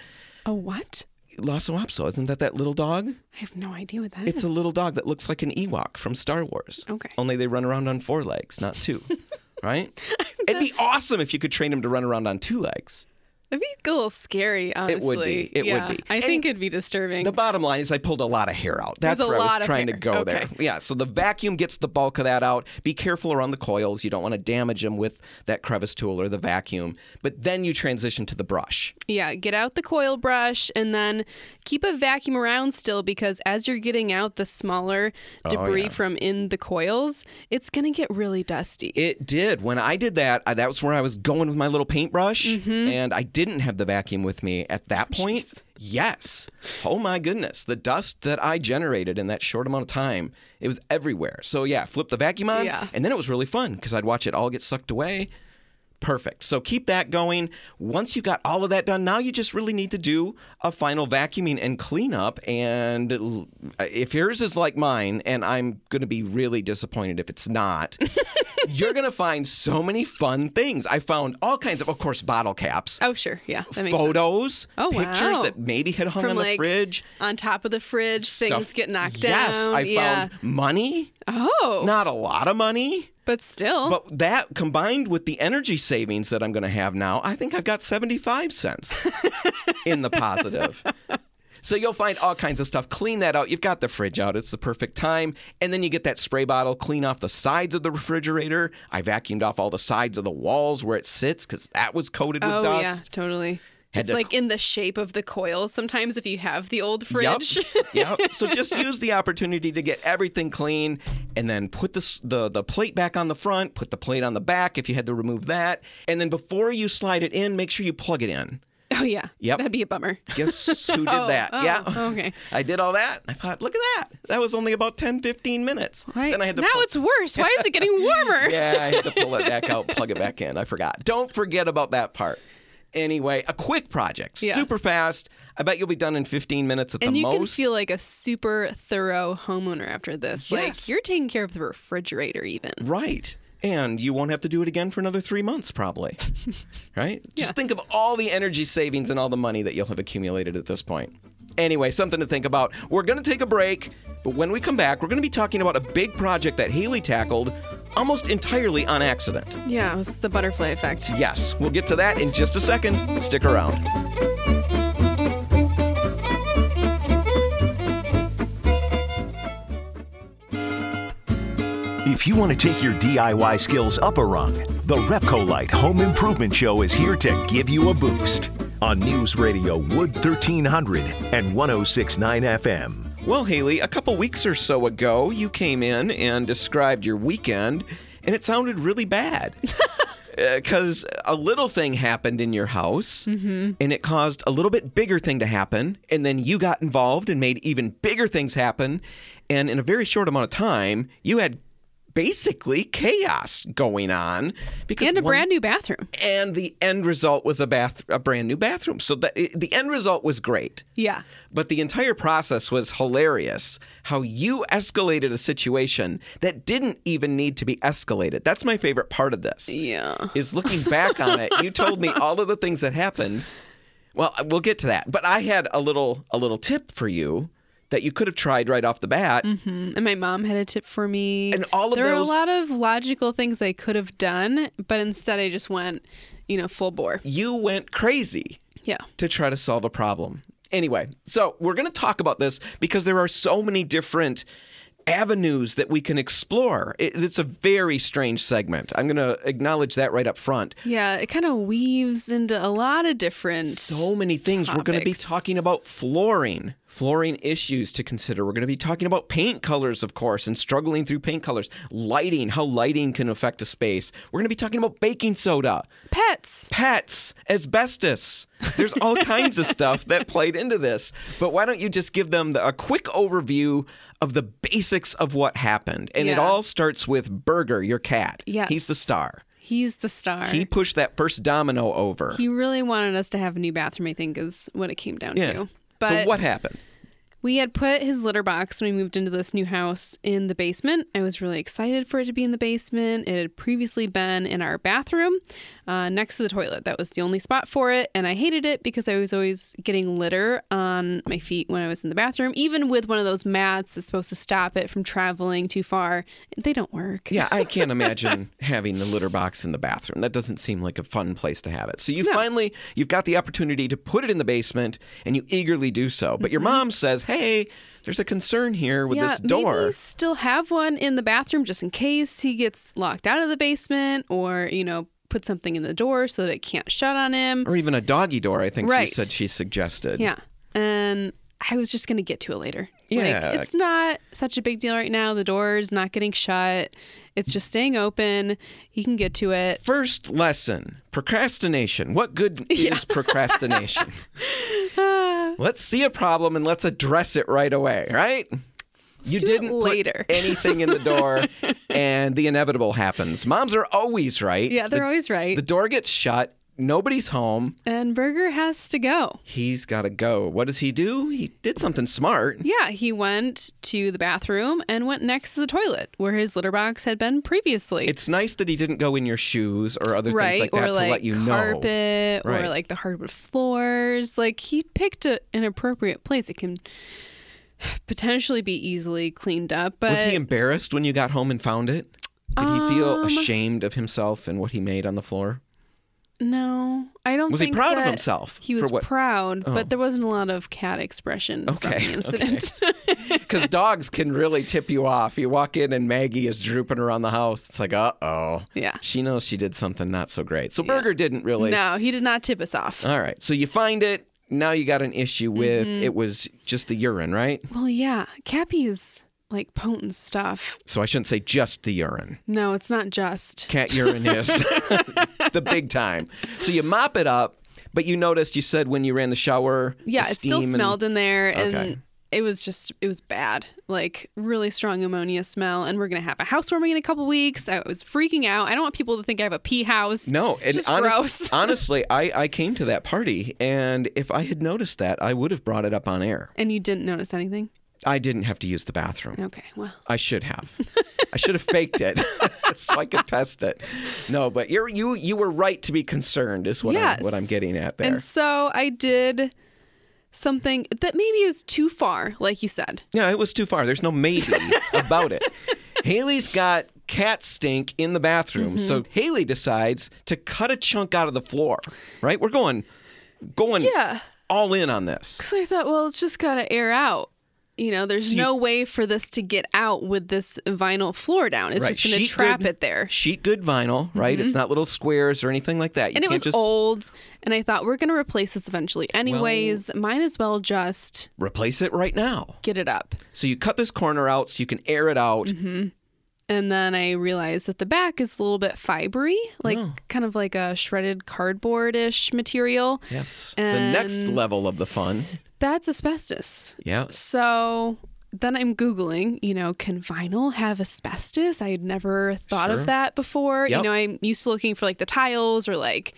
[SPEAKER 3] A what?
[SPEAKER 2] Lhasa isn't that that little dog?
[SPEAKER 3] I have no idea what that is.
[SPEAKER 2] It's a little dog that looks like an Ewok from Star Wars.
[SPEAKER 3] Okay.
[SPEAKER 2] Only they run around on four legs, not
[SPEAKER 3] [laughs]
[SPEAKER 2] two. right? It'd be awesome if you could train him to run around on two legs.
[SPEAKER 3] It'd be a little scary, honestly.
[SPEAKER 2] would be. It would
[SPEAKER 3] yeah.
[SPEAKER 2] be.
[SPEAKER 3] I think it'd be disturbing.
[SPEAKER 2] The bottom line is I pulled a lot of hair out. That's
[SPEAKER 3] There's a
[SPEAKER 2] where I
[SPEAKER 3] lot
[SPEAKER 2] was
[SPEAKER 3] of
[SPEAKER 2] trying to
[SPEAKER 3] hair.
[SPEAKER 2] go there.
[SPEAKER 3] Okay.
[SPEAKER 2] Yeah, so the vacuum gets the bulk of that out. Be careful around the coils. You don't want to damage them with that crevice tool or the vacuum. But then you transition to the brush.
[SPEAKER 3] yeah, get out the coil brush and then keep a vacuum around still because as you're getting out the smaller
[SPEAKER 2] Oh,
[SPEAKER 3] debris from in the coils, it's going to get really dusty.
[SPEAKER 2] It did. When I did that, I, that was where I was going with my little paintbrush, and I didn't have the vacuum with me at that point. Yes. Oh my goodness, the dust that I generated in that short amount of time, it was everywhere. So yeah, flip the vacuum on,
[SPEAKER 3] Yeah.
[SPEAKER 2] and then it was really fun because I'd watch it all get sucked away. Perfect. So keep that going. Once you got all of that done, now you just really need to do a final vacuuming and cleanup. And l- if yours is like mine, and I'm going to be really disappointed if it's
[SPEAKER 3] [laughs]
[SPEAKER 2] not, you're going to find so many fun things. I found all kinds of, of course, bottle caps.
[SPEAKER 3] oh, sure. Yeah. That makes sense.
[SPEAKER 2] Photos,
[SPEAKER 3] Oh,
[SPEAKER 2] pictures
[SPEAKER 3] wow.
[SPEAKER 2] that maybe had hung
[SPEAKER 3] From
[SPEAKER 2] on the
[SPEAKER 3] like
[SPEAKER 2] fridge.
[SPEAKER 3] on top of the fridge, things
[SPEAKER 2] stuff-
[SPEAKER 3] get knocked
[SPEAKER 2] Yes,
[SPEAKER 3] down.
[SPEAKER 2] I
[SPEAKER 3] yeah.
[SPEAKER 2] found money.
[SPEAKER 3] Oh,
[SPEAKER 2] Not a lot of money.
[SPEAKER 3] but still.
[SPEAKER 2] But that combined with the energy savings that I'm going to have now, I think I've got 75
[SPEAKER 3] [laughs]
[SPEAKER 2] cents in the positive. So you'll find all kinds of stuff. Clean that out. You've got the fridge out. It's the perfect time. And then you get that spray bottle, clean off the sides of the refrigerator. I vacuumed off all the sides of the walls where it sits because that was coated with
[SPEAKER 3] oh, yeah,
[SPEAKER 2] dust.
[SPEAKER 3] totally.
[SPEAKER 2] Had
[SPEAKER 3] it's
[SPEAKER 2] to-
[SPEAKER 3] like in the shape of the coil sometimes if you have the old fridge. [laughs]
[SPEAKER 2] [laughs] Yep. yep. So just use the opportunity to get everything clean, and then put the, s- the the plate back on the front. Put the plate on the back if you had to remove that, and then before you slide it in, make sure you plug it in.
[SPEAKER 3] Oh yeah.
[SPEAKER 2] Yep.
[SPEAKER 3] That'd be a bummer. [laughs]
[SPEAKER 2] Guess who did that?
[SPEAKER 3] oh,
[SPEAKER 2] yeah.
[SPEAKER 3] okay.
[SPEAKER 2] [laughs] I did all that. I thought, look at that. That was only about 10, 15 minutes.
[SPEAKER 3] Why-
[SPEAKER 2] Then I had to
[SPEAKER 3] now
[SPEAKER 2] pull-
[SPEAKER 3] it's worse. Why is it
[SPEAKER 2] [laughs]
[SPEAKER 3] getting warmer?
[SPEAKER 2] yeah, I had to pull it back out, plug it back in. I forgot. Don't forget about that part. Anyway, a quick project,
[SPEAKER 3] Yeah.
[SPEAKER 2] super fast. I bet you'll be done in 15 minutes at
[SPEAKER 3] And
[SPEAKER 2] the
[SPEAKER 3] you
[SPEAKER 2] most.
[SPEAKER 3] can feel like a super thorough homeowner after this.
[SPEAKER 2] Yes.
[SPEAKER 3] Like you're taking care of the refrigerator even.
[SPEAKER 2] Right. And you won't have to do it again for another three months, probably. right? Just think of all the energy savings and all the money that you'll have accumulated at this point. Anyway, something to think about. We're going to take a break, but when we come back, we're going to be talking about a big project that Haley tackled almost entirely on accident.
[SPEAKER 3] Yeah, it was the butterfly effect.
[SPEAKER 2] Yes, we'll get to that in just a second. Stick around.
[SPEAKER 1] If you want to take your DIY skills up a rung, the Repco Light Home Improvement Show is here to give you a boost on News Radio Wood 1300 and 1069 FM.
[SPEAKER 2] Well, Haley, a couple weeks or so ago, you came in and described your weekend, and it sounded really
[SPEAKER 3] [laughs]
[SPEAKER 2] bad. Because a little thing happened in your house,
[SPEAKER 3] Mm-hmm.
[SPEAKER 2] and it caused a little bit bigger thing to happen, and then you got involved and made even bigger things happen, and in a very short amount of time, you had basically chaos going on because
[SPEAKER 3] And a
[SPEAKER 2] one-
[SPEAKER 3] brand new bathroom.
[SPEAKER 2] and the end result was a bath a brand new bathroom. So that the end result was great.
[SPEAKER 3] Yeah.
[SPEAKER 2] But the entire process was hilarious. How you escalated a situation that didn't even need to be escalated. That's my favorite part of this.
[SPEAKER 3] Yeah.
[SPEAKER 2] Is looking back on it, you told me all of the things that happened. Well, we'll get to that. But I had a little a little tip for you that you could have tried right off the bat.
[SPEAKER 3] And my mom had a tip for me.
[SPEAKER 2] And all of
[SPEAKER 3] there were a
[SPEAKER 2] those-
[SPEAKER 3] lot of logical things I could have done, but instead I just went, you know, full bore.
[SPEAKER 2] You went crazy.
[SPEAKER 3] Yeah.
[SPEAKER 2] to try to solve a problem. Anyway, so we're going to talk about this because there are so many different avenues that we can explore. It- It's a very strange segment. I'm going to acknowledge that right up front.
[SPEAKER 3] Yeah, it kind of weaves into a lot of different
[SPEAKER 2] So many things. We're going to be
[SPEAKER 3] Topics.
[SPEAKER 2] talking about flooring, flooring issues to consider. We're going to be talking about paint colors, of course, and struggling through paint colors, lighting, how lighting can affect a space. We're going to be talking about baking soda,
[SPEAKER 3] pets.
[SPEAKER 2] pets, asbestos. There's
[SPEAKER 3] [laughs]
[SPEAKER 2] all kinds of stuff that played into this. But why don't you just give them the, a quick overview of the basics of what happened? And it
[SPEAKER 3] Yeah.
[SPEAKER 2] all starts with Burger, your cat.
[SPEAKER 3] Yes.
[SPEAKER 2] He's the star.
[SPEAKER 3] He's the star.
[SPEAKER 2] He pushed that first domino over.
[SPEAKER 3] He really wanted us to have a new bathroom, I think, is what it came down to. But
[SPEAKER 2] so what happened?
[SPEAKER 3] we had put his litter box when we moved into this new house in the basement. I was really excited for it to be in the basement. It had previously been in our bathroom uh, next to the toilet. That was the only spot for it. And I hated it because I was always getting litter on my feet when I was in the bathroom, even with one of those mats that's supposed to stop it from traveling too far. They don't work.
[SPEAKER 2] Yeah, I can't imagine [laughs] having the litter box in the bathroom. That doesn't seem like a fun place to have it. So you finally you've got the opportunity to put it in the basement and you eagerly do so. But your mom says, "Hey, there's a concern here with this door."
[SPEAKER 3] Mm-hmm. Maybe still have one in the bathroom just in case he gets locked out of the basement or, you know, put something in the door so that it can't shut on him.
[SPEAKER 2] or even a doggy door. I think
[SPEAKER 3] Right.
[SPEAKER 2] she said she suggested.
[SPEAKER 3] Yeah. And I was just going to get to it later.
[SPEAKER 2] Yeah.
[SPEAKER 3] Like, it's not such a big deal right now. The door's not getting shut. It's just staying open. He can get to it.
[SPEAKER 2] First lesson: procrastination. What
[SPEAKER 3] [laughs]
[SPEAKER 2] good is procrastination? let's see a problem and let's address it right away. Right. you
[SPEAKER 3] do it
[SPEAKER 2] didn't put
[SPEAKER 3] later. [laughs]
[SPEAKER 2] anything in the door, and the inevitable happens. Moms are always right.
[SPEAKER 3] Yeah, they're
[SPEAKER 2] the,
[SPEAKER 3] always right.
[SPEAKER 2] The door gets shut. Nobody's home.
[SPEAKER 3] and Burger has to go.
[SPEAKER 2] He's got to go. What does he do? He did something smart.
[SPEAKER 3] Yeah, he went to the bathroom and went next to the toilet where his litter box had been previously.
[SPEAKER 2] It's nice that he didn't go in your shoes or other
[SPEAKER 3] right
[SPEAKER 2] things like
[SPEAKER 3] or
[SPEAKER 2] that
[SPEAKER 3] like
[SPEAKER 2] to let you know.
[SPEAKER 3] carpet
[SPEAKER 2] Right.
[SPEAKER 3] or like the hardwood floors like he picked a, an appropriate place it can potentially be easily cleaned up but Um,
[SPEAKER 2] Was he embarrassed when you got home and found it? Did he feel ashamed of himself and what he made on the floor?
[SPEAKER 3] no i don't
[SPEAKER 2] Was he
[SPEAKER 3] think
[SPEAKER 2] proud of
[SPEAKER 3] that
[SPEAKER 2] himself
[SPEAKER 3] he
[SPEAKER 2] for
[SPEAKER 3] was
[SPEAKER 2] what- Oh.
[SPEAKER 3] proud but there wasn't a lot of cat expression from
[SPEAKER 2] [laughs] Okay,
[SPEAKER 3] the incident [laughs]
[SPEAKER 2] Because dogs can really tip you off. You walk in and Maggie is drooping around the house. It's like, uh oh.
[SPEAKER 3] Yeah.
[SPEAKER 2] She knows she did something not so great. So Burger didn't really.
[SPEAKER 3] no he did not tip us off
[SPEAKER 2] All right. So you find it. Now you got an issue with
[SPEAKER 3] Mm-hmm.
[SPEAKER 2] it was just the urine, right?
[SPEAKER 3] well yeah cappy is like potent stuff
[SPEAKER 2] So I shouldn't say just the urine.
[SPEAKER 3] no it's not just
[SPEAKER 2] cat urine
[SPEAKER 3] [laughs]
[SPEAKER 2] is the big time. So you mop it up, but you noticed you said when you ran the shower,
[SPEAKER 3] yeah
[SPEAKER 2] the
[SPEAKER 3] it still
[SPEAKER 2] steam and-
[SPEAKER 3] smelled in there and
[SPEAKER 2] Okay.
[SPEAKER 3] it was just it was bad like really strong ammonia smell and we're gonna have a housewarming in a couple weeks i was freaking out i don't want people to think i have a pee house
[SPEAKER 2] No,
[SPEAKER 3] it's
[SPEAKER 2] and
[SPEAKER 3] just
[SPEAKER 2] honest-
[SPEAKER 3] gross [laughs]
[SPEAKER 2] honestly, I, I came to that party, and if I had noticed that, I would have brought it up on air.
[SPEAKER 3] and you didn't notice anything
[SPEAKER 2] I didn't have to use the bathroom.
[SPEAKER 3] okay well
[SPEAKER 2] I should
[SPEAKER 3] [laughs]
[SPEAKER 2] have. I should have faked it [laughs] so I could test it. No, but you're, you you were right to be concerned, is what,
[SPEAKER 3] Yes.
[SPEAKER 2] I'm, what I'm getting at there.
[SPEAKER 3] and so i did something that maybe is too far like you said
[SPEAKER 2] Yeah, it was too far. There's no
[SPEAKER 3] [laughs]
[SPEAKER 2] maybe about it. Haley's got cat stink in the bathroom,
[SPEAKER 3] Mm-hmm.
[SPEAKER 2] so Haley decides to cut a chunk out of the floor. Right? We're going, going
[SPEAKER 3] Yeah.
[SPEAKER 2] all in on this.
[SPEAKER 3] so i thought well it's just gotta air out you know, there's no way for this to get out with this vinyl floor down. It's just going to
[SPEAKER 2] sheet
[SPEAKER 3] trap
[SPEAKER 2] good-
[SPEAKER 3] it there.
[SPEAKER 2] Sheet good vinyl, right? It's not little squares or anything like that. You
[SPEAKER 3] Mm-hmm. and it
[SPEAKER 2] can't
[SPEAKER 3] was
[SPEAKER 2] just
[SPEAKER 3] old, and I thought we're going to replace this eventually. Anyways, might as well just
[SPEAKER 2] replace it right now.
[SPEAKER 3] get it up.
[SPEAKER 2] So you cut this corner out so you can air it out.
[SPEAKER 3] Mm-hmm. And then I realized that the back is a little bit fibery, like
[SPEAKER 2] Oh.
[SPEAKER 3] kind of like a shredded cardboard ish material.
[SPEAKER 2] Yes. the next
[SPEAKER 3] And-
[SPEAKER 2] level of the fun.
[SPEAKER 3] That's asbestos.
[SPEAKER 2] Yeah.
[SPEAKER 3] So then I'm Googling, you know, can vinyl have asbestos? I had never thought of that before.
[SPEAKER 2] Yep.
[SPEAKER 3] You know, I'm used to looking for like the tiles or like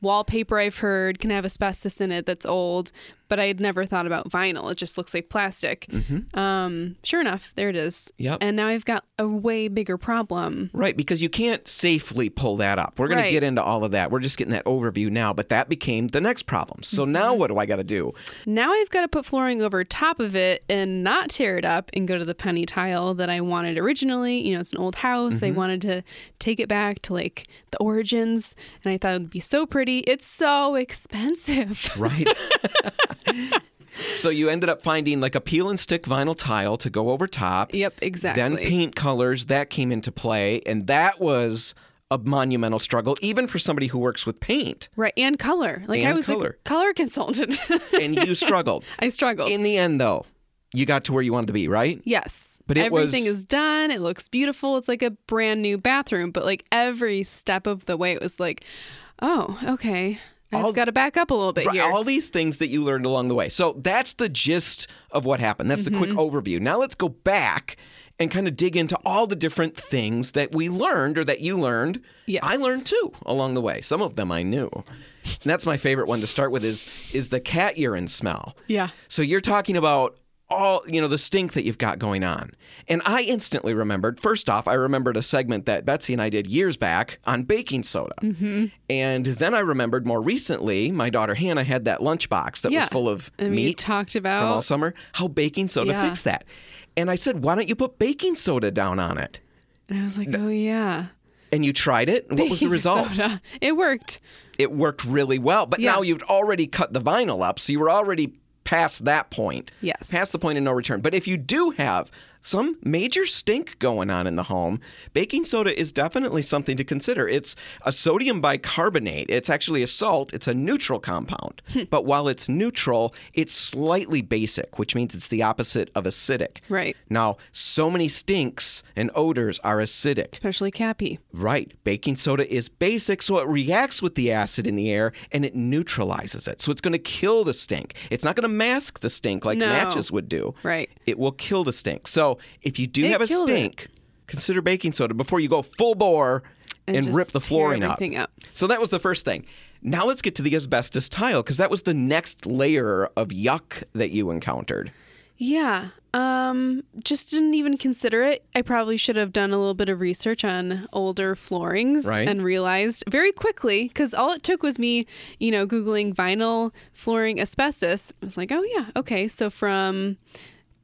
[SPEAKER 3] wallpaper I've heard can have asbestos in it that's old, but I had never thought about vinyl. It just looks like plastic. Um, sure enough, there it is.
[SPEAKER 2] Mm-hmm. Yep.
[SPEAKER 3] And now I've got a way bigger problem.
[SPEAKER 2] Right, because you can't safely pull that up. We're going to
[SPEAKER 3] Right.
[SPEAKER 2] get into all of that. We're just getting that overview now, but that became the next problem. So
[SPEAKER 3] Mm-hmm.
[SPEAKER 2] now what do I got to do?
[SPEAKER 3] Now I've got to put flooring over top of it and not tear it up and go to the penny tile that I wanted originally. You know, it's an old house.
[SPEAKER 2] Mm-hmm.
[SPEAKER 3] I wanted to take it back to like the origins and I thought it would be so pretty. It's so
[SPEAKER 2] [laughs]
[SPEAKER 3] expensive. [laughs]
[SPEAKER 2] Right. so you ended up finding like a peel and stick vinyl tile to go over top.
[SPEAKER 3] Yep,
[SPEAKER 2] Then
[SPEAKER 3] exactly.
[SPEAKER 2] paint colors, that came into play. And that was a monumental struggle, even for somebody who works with paint.
[SPEAKER 3] Right. And color. Like I
[SPEAKER 2] And
[SPEAKER 3] was
[SPEAKER 2] color.
[SPEAKER 3] a color consultant. [laughs]
[SPEAKER 2] And you struggled.
[SPEAKER 3] I struggled.
[SPEAKER 2] In the end, though, you got to where you wanted to be, right?
[SPEAKER 3] Yes.
[SPEAKER 2] But it was-
[SPEAKER 3] everything is done. It looks beautiful. It's like a brand new bathroom, but like every step of the way it was like, "Oh, okay. I've got to back up a little bit
[SPEAKER 2] Right,
[SPEAKER 3] here."
[SPEAKER 2] All these things that you learned along the way. So that's the gist of what happened. That's the quick
[SPEAKER 3] Mm-hmm.
[SPEAKER 2] overview. Now let's go back and kind of dig into all the different things that we learned or that you learned.
[SPEAKER 3] Yes.
[SPEAKER 2] I learned too along the way. Some of them I knew. And that's my favorite one to start with is is the cat urine smell.
[SPEAKER 3] Yeah.
[SPEAKER 2] So you're talking about all you know the stink that you've got going on and i instantly remembered first off i remembered a segment that betsy and i did years back on baking soda mm-hmm. and then i remembered more recently my daughter hannah had that lunchbox that was
[SPEAKER 3] Yeah.
[SPEAKER 2] full of
[SPEAKER 3] And we
[SPEAKER 2] meat
[SPEAKER 3] talked
[SPEAKER 2] from all
[SPEAKER 3] about-
[SPEAKER 2] summer how baking soda
[SPEAKER 3] Yeah.
[SPEAKER 2] fixed that and i said why don't you put baking soda down on it
[SPEAKER 3] And I was like, oh yeah.
[SPEAKER 2] and you tried it and what was the
[SPEAKER 3] [laughs] Baking
[SPEAKER 2] result
[SPEAKER 3] soda. It worked.
[SPEAKER 2] it worked really well. But
[SPEAKER 3] Yeah.
[SPEAKER 2] now you've already cut the vinyl up, so you were already past that point.
[SPEAKER 3] Yes.
[SPEAKER 2] Past the point of no return. But if you do have some major stink going on in the home, baking soda is definitely something to consider. It's a sodium bicarbonate. It's actually a salt, it's a neutral compound.
[SPEAKER 3] Hmm.
[SPEAKER 2] but while it's neutral, it's slightly basic, which means it's the opposite of acidic.
[SPEAKER 3] Right.
[SPEAKER 2] Now, so many stinks and odors are acidic.
[SPEAKER 3] Especially Cappy.
[SPEAKER 2] Right. Baking soda is basic, so it reacts with the acid in the air and it neutralizes it. So it's going to kill the stink. It's not going to mask the stink like
[SPEAKER 3] No.
[SPEAKER 2] matches would do.
[SPEAKER 3] Right.
[SPEAKER 2] It will kill the stink. So if you do
[SPEAKER 3] It
[SPEAKER 2] have a
[SPEAKER 3] killed it.
[SPEAKER 2] stink, consider baking soda before you go full bore and,
[SPEAKER 3] And just
[SPEAKER 2] rip the
[SPEAKER 3] tear
[SPEAKER 2] flooring up.
[SPEAKER 3] everything up.
[SPEAKER 2] So that was the first thing. Now let's get to the asbestos tile because that was the next layer of yuck that you encountered.
[SPEAKER 3] Yeah. Um, just didn't even consider it. I probably should have done a little bit of research on older floorings
[SPEAKER 2] Right.
[SPEAKER 3] and realized very quickly because all it took was me, you know, googling vinyl flooring asbestos. I was like, oh yeah, okay. So from,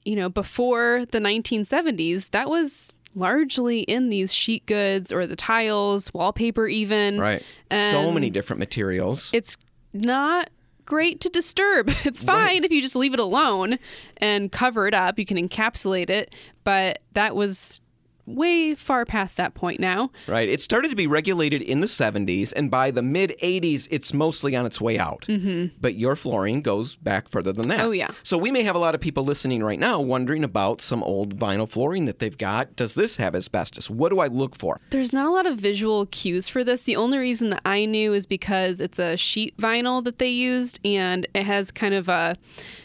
[SPEAKER 3] you know, before the 1970s, that was largely in these sheet goods or the tiles, wallpaper, even.
[SPEAKER 2] so
[SPEAKER 3] And
[SPEAKER 2] many different materials.
[SPEAKER 3] it's not great to disturb. [laughs] It's fine if you just leave it alone and cover it up. You can encapsulate it, but that was way far past that point now.
[SPEAKER 2] Right. It started to be regulated in the 70s, and by the mid 80s, it's mostly on its way out. Mm-hmm. But your flooring goes back further than that.
[SPEAKER 3] Oh, yeah.
[SPEAKER 2] So we may have a lot of people listening right now wondering about some old vinyl flooring that they've got. Does this have asbestos? What do I look for?
[SPEAKER 3] There's not a lot of visual cues for this. The only reason that I knew is because it's a sheet vinyl that they used and it has kind of a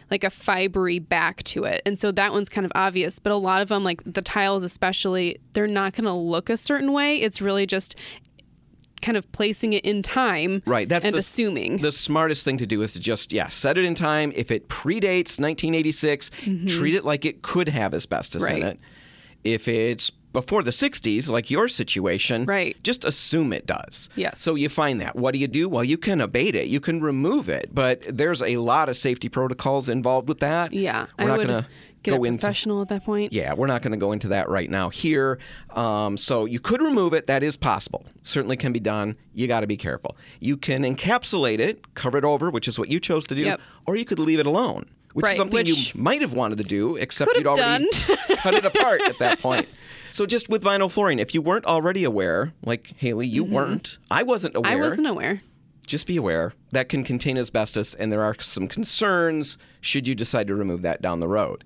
[SPEAKER 3] like a fibery back to it. And so that one's kind of obvious, but a lot of them like the tiles especially, they're not going to look a certain way. It's really just kind of placing it in time
[SPEAKER 2] Right. That's
[SPEAKER 3] and
[SPEAKER 2] the,
[SPEAKER 3] assuming.
[SPEAKER 2] The smartest thing to do is to just, yeah, set it in time. If it predates 1986, treat it like it could have asbestos
[SPEAKER 3] Mm-hmm. Right.
[SPEAKER 2] in it. If it's before the 60s, like your situation,
[SPEAKER 3] Right.
[SPEAKER 2] just assume it does.
[SPEAKER 3] Yes.
[SPEAKER 2] So you find that. What do you do? Well, you can abate it, you can remove it, but there's a lot of safety protocols involved with that.
[SPEAKER 3] yeah,
[SPEAKER 2] We're
[SPEAKER 3] I
[SPEAKER 2] not
[SPEAKER 3] would
[SPEAKER 2] going to
[SPEAKER 3] get
[SPEAKER 2] go
[SPEAKER 3] a
[SPEAKER 2] into
[SPEAKER 3] professional at that point.
[SPEAKER 2] yeah, we're not going to go into that right now here. Um, so you could remove it. That is possible. Certainly can be done. You got to be careful. You can encapsulate it, cover it over, which is what you chose to do,
[SPEAKER 3] Yep.
[SPEAKER 2] or you could leave it alone, which
[SPEAKER 3] Right,
[SPEAKER 2] is something
[SPEAKER 3] which-
[SPEAKER 2] you might have wanted to do, except
[SPEAKER 3] Could
[SPEAKER 2] you'd
[SPEAKER 3] have
[SPEAKER 2] already
[SPEAKER 3] done.
[SPEAKER 2] [laughs] cut it apart at that point. So just with vinyl flooring, if you weren't already aware, like Haley, you weren't. I wasn't aware.
[SPEAKER 3] Mm-hmm. I wasn't aware.
[SPEAKER 2] Just be aware that can contain asbestos, and there are some concerns should you decide to remove that down the road.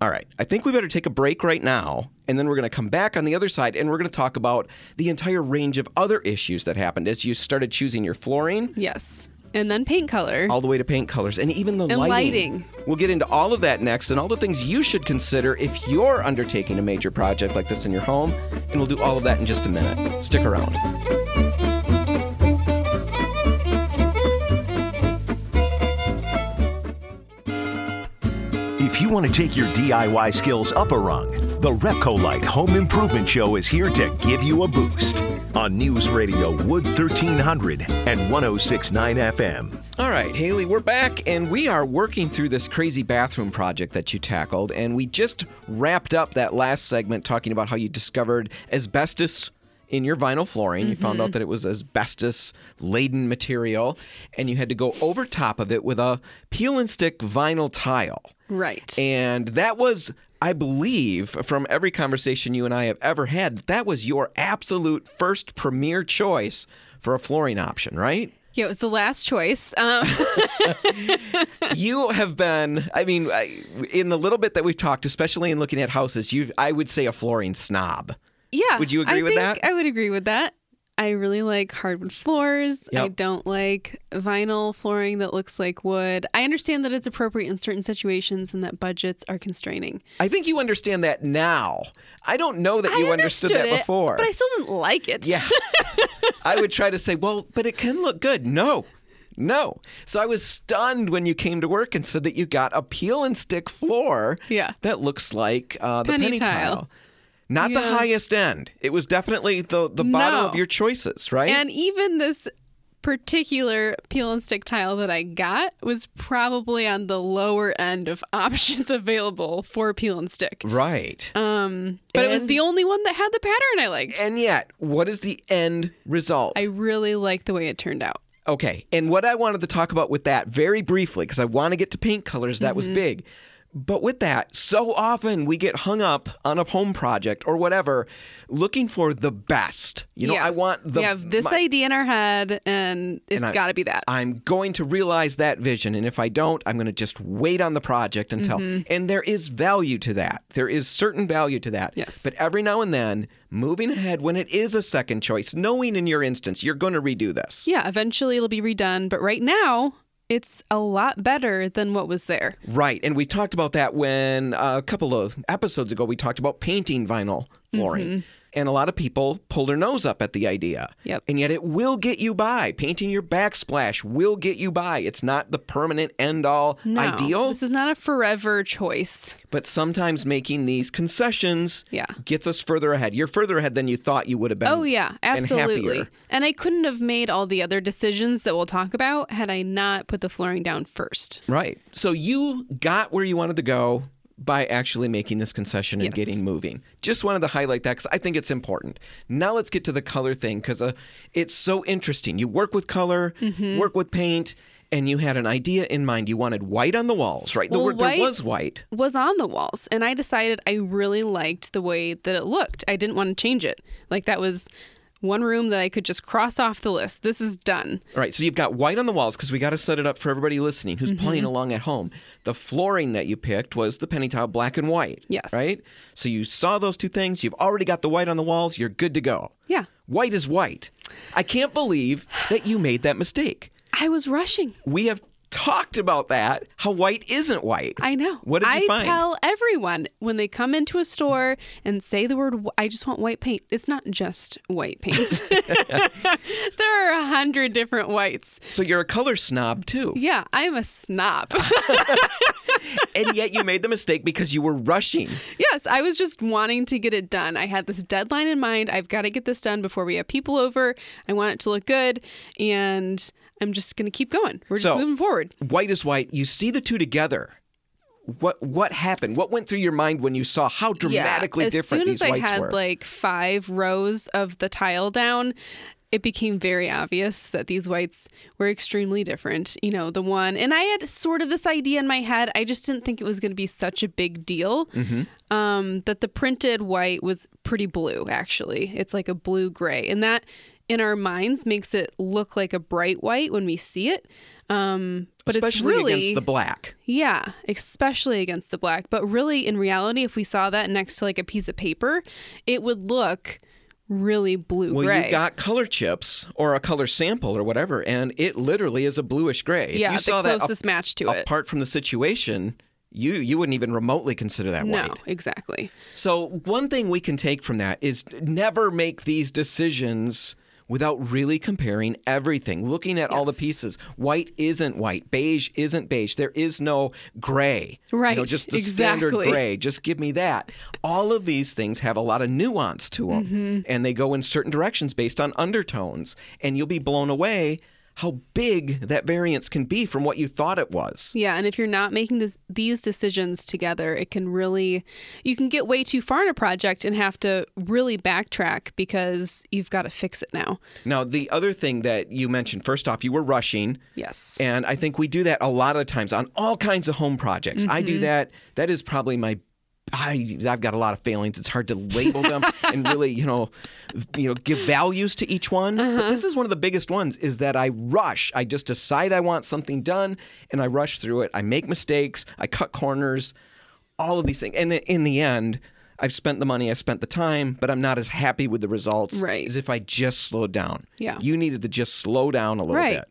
[SPEAKER 2] All right, I think we better take a break right now, and then we're going to come back on the other side and we're going to talk about the entire range of other issues that happened as you started choosing your flooring
[SPEAKER 3] Yes. And then paint color.
[SPEAKER 2] all the way to paint colors and even the
[SPEAKER 3] And
[SPEAKER 2] lighting.
[SPEAKER 3] lighting.
[SPEAKER 2] We'll get into all of that next and all the things you should consider if you're undertaking a major project like this in your home. And we'll do all of that in just a minute. Stick around.
[SPEAKER 1] If you want to take your DIY skills up a rung, the Repco Light Home Improvement Show is here to give you a boost on News Radio Wood 1300 and 1069 FM.
[SPEAKER 2] All right, Haley, we're back and we are working through this crazy bathroom project that you tackled. And we just wrapped up that last segment talking about how you discovered asbestos in your vinyl flooring. You found out that it was asbestos laden material and you had to go over top of it with a peel and stick vinyl tile.
[SPEAKER 3] right.
[SPEAKER 2] And that was, I believe, from every conversation you and I have ever had, that was your absolute first premier choice for a flooring option, right?
[SPEAKER 3] yeah, it was the last choice. Um,
[SPEAKER 2] you have been, I mean, I- in the little bit that we've talked, especially in looking at houses, you, I would say, a flooring snob.
[SPEAKER 3] yeah.
[SPEAKER 2] Would you agree
[SPEAKER 3] I
[SPEAKER 2] with
[SPEAKER 3] think
[SPEAKER 2] that?
[SPEAKER 3] I would agree with that. I really like hardwood floors. I
[SPEAKER 2] Yep.
[SPEAKER 3] don't like vinyl flooring that looks like wood. I understand that it's appropriate in certain situations and that budgets are constraining.
[SPEAKER 2] I think you understand that now. I don't know that
[SPEAKER 3] I
[SPEAKER 2] you understood that
[SPEAKER 3] it,
[SPEAKER 2] before.
[SPEAKER 3] But I still didn't like it. [laughs]
[SPEAKER 2] Yeah. I would try to say, well, but it can look good. No, no. So I was stunned when you came to work and said that you got a peel and stick floor
[SPEAKER 3] Yeah.
[SPEAKER 2] that looks like uh, the penny,
[SPEAKER 3] Penny
[SPEAKER 2] tile.
[SPEAKER 3] tile.
[SPEAKER 2] Not the
[SPEAKER 3] Yeah.
[SPEAKER 2] highest end. It was definitely the, the bottom
[SPEAKER 3] No.
[SPEAKER 2] of your choices, right?
[SPEAKER 3] And even this particular peel and stick tile that I got was probably on the lower end of [laughs] options available for peel and stick.
[SPEAKER 2] right.
[SPEAKER 3] Um, but it was
[SPEAKER 2] And-
[SPEAKER 3] the only one that had the pattern I liked.
[SPEAKER 2] and yet, what is the end result?
[SPEAKER 3] I really liked the way it turned out.
[SPEAKER 2] Okay. And what I wanted to talk about with that very briefly, because I want to get to paint colors, that
[SPEAKER 3] Mm-hmm.
[SPEAKER 2] was big. But with that, so often we get hung up on a home project or whatever looking for the best. You know,
[SPEAKER 3] Yeah.
[SPEAKER 2] I want the
[SPEAKER 3] we have this
[SPEAKER 2] my-
[SPEAKER 3] idea in our head, and
[SPEAKER 2] I-
[SPEAKER 3] it's got to be that.
[SPEAKER 2] I'm going to realize that vision. And if I don't, I'm going to just wait on the project until.
[SPEAKER 3] Mm-hmm.
[SPEAKER 2] And there is value to that. There is certain value to that.
[SPEAKER 3] Yes.
[SPEAKER 2] But every now and then, moving ahead when it is a second choice, knowing in your instance, you're going to redo this.
[SPEAKER 3] yeah, eventually it'll be redone, but right now it's a lot better than what was there.
[SPEAKER 2] Right, and we talked about that when uh, a couple of episodes ago we talked about painting vinyl flooring. And a lot of people pull their nose up at the idea.
[SPEAKER 3] Mm-hmm. Yep.
[SPEAKER 2] And yet it will get you by. Painting your backsplash will get you by. It's not the permanent end all
[SPEAKER 3] No,
[SPEAKER 2] ideal,
[SPEAKER 3] This is not a forever choice.
[SPEAKER 2] but sometimes making these concessions
[SPEAKER 3] Yeah.
[SPEAKER 2] gets us further ahead. You're further ahead than you thought you would have been.
[SPEAKER 3] Oh yeah,
[SPEAKER 2] And
[SPEAKER 3] absolutely.
[SPEAKER 2] happier.
[SPEAKER 3] And, I couldn't have made all the other decisions that we'll talk about had I not put the flooring down first.
[SPEAKER 2] Right. So you got where you wanted to go by actually making this concession and
[SPEAKER 3] Yes.
[SPEAKER 2] getting moving. Just wanted to highlight that because I think it's important. Now let's get to the color thing because uh, it's so interesting. You work with color,
[SPEAKER 3] Mm-hmm.
[SPEAKER 2] work with paint, and you had an idea in mind. You wanted white on the walls, right?
[SPEAKER 3] Well,
[SPEAKER 2] there, were- there
[SPEAKER 3] white-
[SPEAKER 2] was white.
[SPEAKER 3] Was on the walls, and I decided I really liked the way that it looked. I didn't want to change it. Like that was one room that I could just cross off the list. This is done.
[SPEAKER 2] All right, so you've got white on the walls because we got to set it up for everybody listening who's
[SPEAKER 3] Mm-hmm.
[SPEAKER 2] playing along at home. The flooring that you picked was the penny tile black and white.
[SPEAKER 3] Yes.
[SPEAKER 2] Right? So you saw those two things. You've already got the white on the walls. You're good to go.
[SPEAKER 3] Yeah.
[SPEAKER 2] White is white. I can't believe that you made that mistake.
[SPEAKER 3] I was rushing.
[SPEAKER 2] We have talked about that, how white isn't white.
[SPEAKER 3] I know.
[SPEAKER 2] What did
[SPEAKER 3] I
[SPEAKER 2] you find?
[SPEAKER 3] tell everyone when they come into a store and say the word, wh- I just want white paint. It's not just
[SPEAKER 2] [laughs]
[SPEAKER 3] white paint. [laughs] there are a hundred different whites.
[SPEAKER 2] so you're a color snob
[SPEAKER 3] [laughs]
[SPEAKER 2] too.
[SPEAKER 3] Yeah, I'm a snob. [laughs]
[SPEAKER 2] and yet you made the mistake because you were rushing.
[SPEAKER 3] yes, I was just wanting to get it done. I had this deadline in mind. I've got to get this done before we have people over. I want it to look good. And I'm just going to keep going. We're just
[SPEAKER 2] So-
[SPEAKER 3] moving forward.
[SPEAKER 2] White is white. You see the two together. What what happened? What went through your mind when you saw how dramatically
[SPEAKER 3] as
[SPEAKER 2] different
[SPEAKER 3] soon as
[SPEAKER 2] these
[SPEAKER 3] I
[SPEAKER 2] whites
[SPEAKER 3] had
[SPEAKER 2] were?
[SPEAKER 3] like five rows of the tile down, it became very obvious that these whites were extremely different. You know, the one, and I had sort of this idea in my head. I just didn't think it was going to be such a big deal.
[SPEAKER 2] Mm-hmm.
[SPEAKER 3] Um, that the printed white was pretty blue, actually. It's like a blue gray. And that in our minds makes it look like a bright white when we see it. Um, but
[SPEAKER 2] Especially
[SPEAKER 3] it's really
[SPEAKER 2] against the black.
[SPEAKER 3] yeah, especially against the black. But really, in reality, if we saw that next to like a piece of paper, it would look really blue
[SPEAKER 2] Well,
[SPEAKER 3] gray.
[SPEAKER 2] you got color chips or a color sample or whatever, and it literally is a bluish gray. If
[SPEAKER 3] yeah,
[SPEAKER 2] you saw
[SPEAKER 3] the
[SPEAKER 2] that
[SPEAKER 3] closest
[SPEAKER 2] ap-
[SPEAKER 3] match to it.
[SPEAKER 2] apart from the situation, you you wouldn't even remotely consider that
[SPEAKER 3] no,
[SPEAKER 2] white.
[SPEAKER 3] exactly.
[SPEAKER 2] So one thing we can take from that is never make these decisions without really comparing everything, looking at all the pieces. White isn't white, beige isn't beige. There is no gray. You know,
[SPEAKER 3] Right,
[SPEAKER 2] just the standard
[SPEAKER 3] exactly.
[SPEAKER 2] gray. Just give me that. All of these things have a lot of nuance to them,
[SPEAKER 3] Mm-hmm.
[SPEAKER 2] and they go in certain directions based on undertones, and you'll be blown away how big that variance can be from what you thought it was.
[SPEAKER 3] Yeah, and if you're not making this, these decisions together, it can really, you can get way too far in a project and have to really backtrack because you've got to fix it now.
[SPEAKER 2] Now, the other thing that you mentioned, first off, you were rushing.
[SPEAKER 3] Yes.
[SPEAKER 2] And I think we do that a lot of times on all kinds of home projects. I
[SPEAKER 3] Mm-hmm.
[SPEAKER 2] do that. That is probably my. I, I've got a lot of failings. It's hard to label
[SPEAKER 3] [laughs]
[SPEAKER 2] them and really, you know, you know, give values to each one.
[SPEAKER 3] Uh-huh.
[SPEAKER 2] But this is one of the biggest ones: is that I rush. I just decide I want something done, and I rush through it. I make mistakes. I cut corners. All of these things, and then in the end, I've spent the money. I've spent the time, but I'm not as happy with the results
[SPEAKER 3] Right.
[SPEAKER 2] as if I just slowed down.
[SPEAKER 3] Yeah.
[SPEAKER 2] you needed to just slow down a little
[SPEAKER 3] Right.
[SPEAKER 2] bit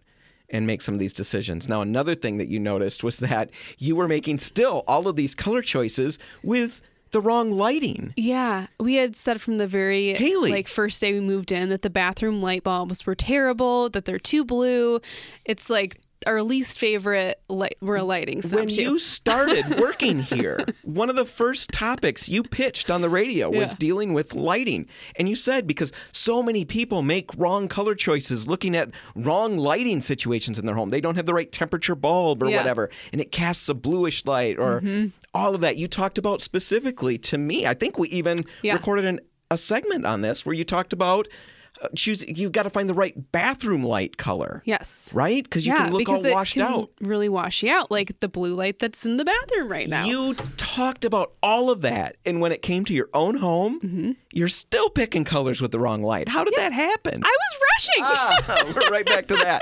[SPEAKER 2] and make some of these decisions. Now, another thing that you noticed was that you were making still all of these color choices with the wrong lighting.
[SPEAKER 3] Yeah, we had said from the very
[SPEAKER 2] Haley.
[SPEAKER 3] like first day we moved in that the bathroom light bulbs were terrible, that they're too blue. It's like our least favorite light. We're a lighting sub
[SPEAKER 2] When
[SPEAKER 3] too.
[SPEAKER 2] you started working
[SPEAKER 3] [laughs]
[SPEAKER 2] here, one of the first topics you pitched on the radio was
[SPEAKER 3] Yeah.
[SPEAKER 2] dealing with lighting. And you said because so many people make wrong color choices looking at wrong lighting situations in their home. They don't have the right temperature bulb or
[SPEAKER 3] Yeah. Mm-hmm.
[SPEAKER 2] whatever, and it casts a bluish light or all of that. You talked about specifically to me. I think we even
[SPEAKER 3] Yeah.
[SPEAKER 2] recorded an, a segment on this where you talked about uh, choosing, you've got to find the right bathroom light color.
[SPEAKER 3] yes,
[SPEAKER 2] Right? Because you
[SPEAKER 3] yeah,
[SPEAKER 2] can look
[SPEAKER 3] because
[SPEAKER 2] all
[SPEAKER 3] it
[SPEAKER 2] washed
[SPEAKER 3] can
[SPEAKER 2] out.
[SPEAKER 3] Really wash you out, like the blue light that's in the bathroom right now.
[SPEAKER 2] You talked about all of that, and when it came to your own home,
[SPEAKER 3] Mm-hmm.
[SPEAKER 2] you're still picking colors with the wrong light. How did that happen?
[SPEAKER 3] I was rushing. Uh,
[SPEAKER 2] Ah, [laughs] we're right back to that.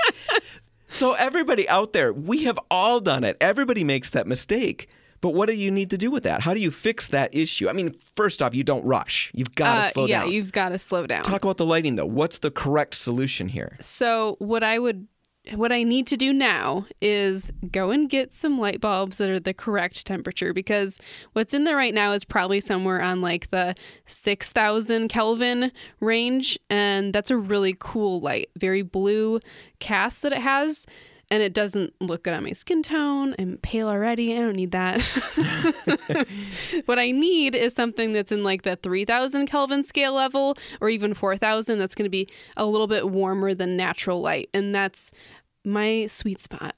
[SPEAKER 2] So everybody out there, we have all done it. Everybody makes that mistake. But what do you need to do with that? How do you fix that issue? I mean, first off, you don't rush. You've got to
[SPEAKER 3] Uh,
[SPEAKER 2] slow
[SPEAKER 3] yeah,
[SPEAKER 2] down.
[SPEAKER 3] you've got to slow down.
[SPEAKER 2] Talk about the lighting though. What's the correct solution here?
[SPEAKER 3] So what I would what I need to do now is go and get some light bulbs that are the correct temperature because what's in there right now is probably somewhere on like the 6000 Kelvin range and that's a really cool light, very blue cast that it has and it doesn't look good on my skin tone. I'm pale already. I don't need that. [laughs] what I need is something that's in like the 3000 Kelvin scale level or even 4000 that's going to be a little bit warmer than natural light and that's my sweet spot.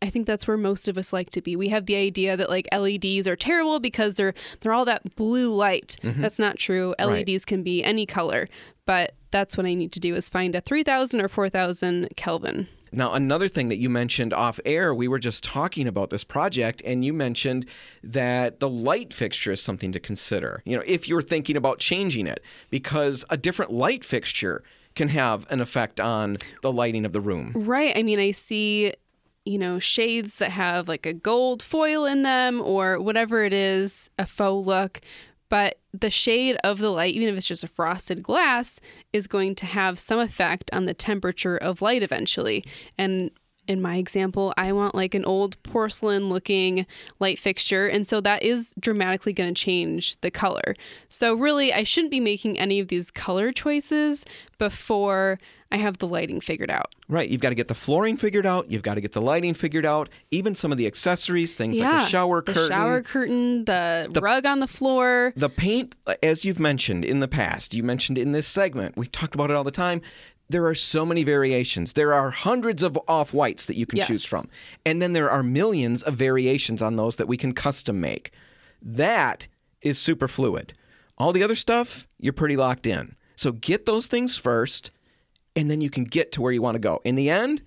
[SPEAKER 3] I think that's where most of us like to be. We have the idea that like LEDs are terrible because they're they're all that blue light. That's not true. LEDs can be any color, but that's what I need to do is find a 3000 or 4000 Kelvin.
[SPEAKER 2] Now, another thing that you mentioned off air, we were just talking about this project, and you mentioned that the light fixture is something to consider. You know, if you're thinking about changing it, because a different light fixture can have an effect on the lighting of the room.
[SPEAKER 3] Right. I mean, I see, you know, shades that have like a gold foil in them or whatever it is, a faux look. But the shade of the light, even if it's just a frosted glass, is going to have some effect on the temperature of light eventually. And in my example, I want like an old porcelain looking light fixture. And so that is dramatically going to change the color. So, really, I shouldn't be making any of these color choices before I have the lighting figured out.
[SPEAKER 2] Right. You've got to get the flooring figured out. You've got to get the lighting figured out. Even some of the accessories, things like the shower curtain.
[SPEAKER 3] the shower curtain, the, rug on the floor.
[SPEAKER 2] The paint, as you've mentioned in the past, you mentioned in this segment, we've talked about it all the time. There are so many variations. There are hundreds of off whites that you can
[SPEAKER 3] Yes.
[SPEAKER 2] choose from. And then there are millions of variations on those that we can custom make. That is super fluid. All the other stuff, you're pretty locked in. So get those things first and then you can get to where you want to go. In the end,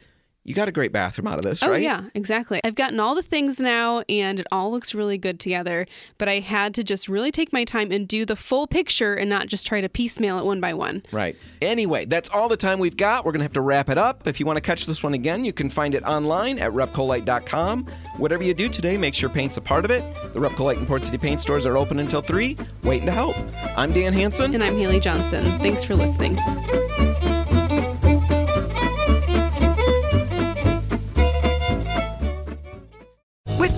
[SPEAKER 2] you got a great bathroom out of this,
[SPEAKER 3] Oh,
[SPEAKER 2] right?
[SPEAKER 3] yeah, exactly. I've gotten all the things now and it all looks really good together, but I had to just really take my time and do the full picture and not just try to piecemeal it one by one.
[SPEAKER 2] Right. Anyway, that's all the time we've got. We're going to have to wrap it up. If you want to catch this one again, you can find it online at repcolite.com. Whatever you do today, make sure paint's a part of it. The Repcolite and Port City paint stores are open until 3, waiting to help. I'm Dan Hansen.
[SPEAKER 3] And I'm Haley Johnson. Thanks for listening.
[SPEAKER 4] With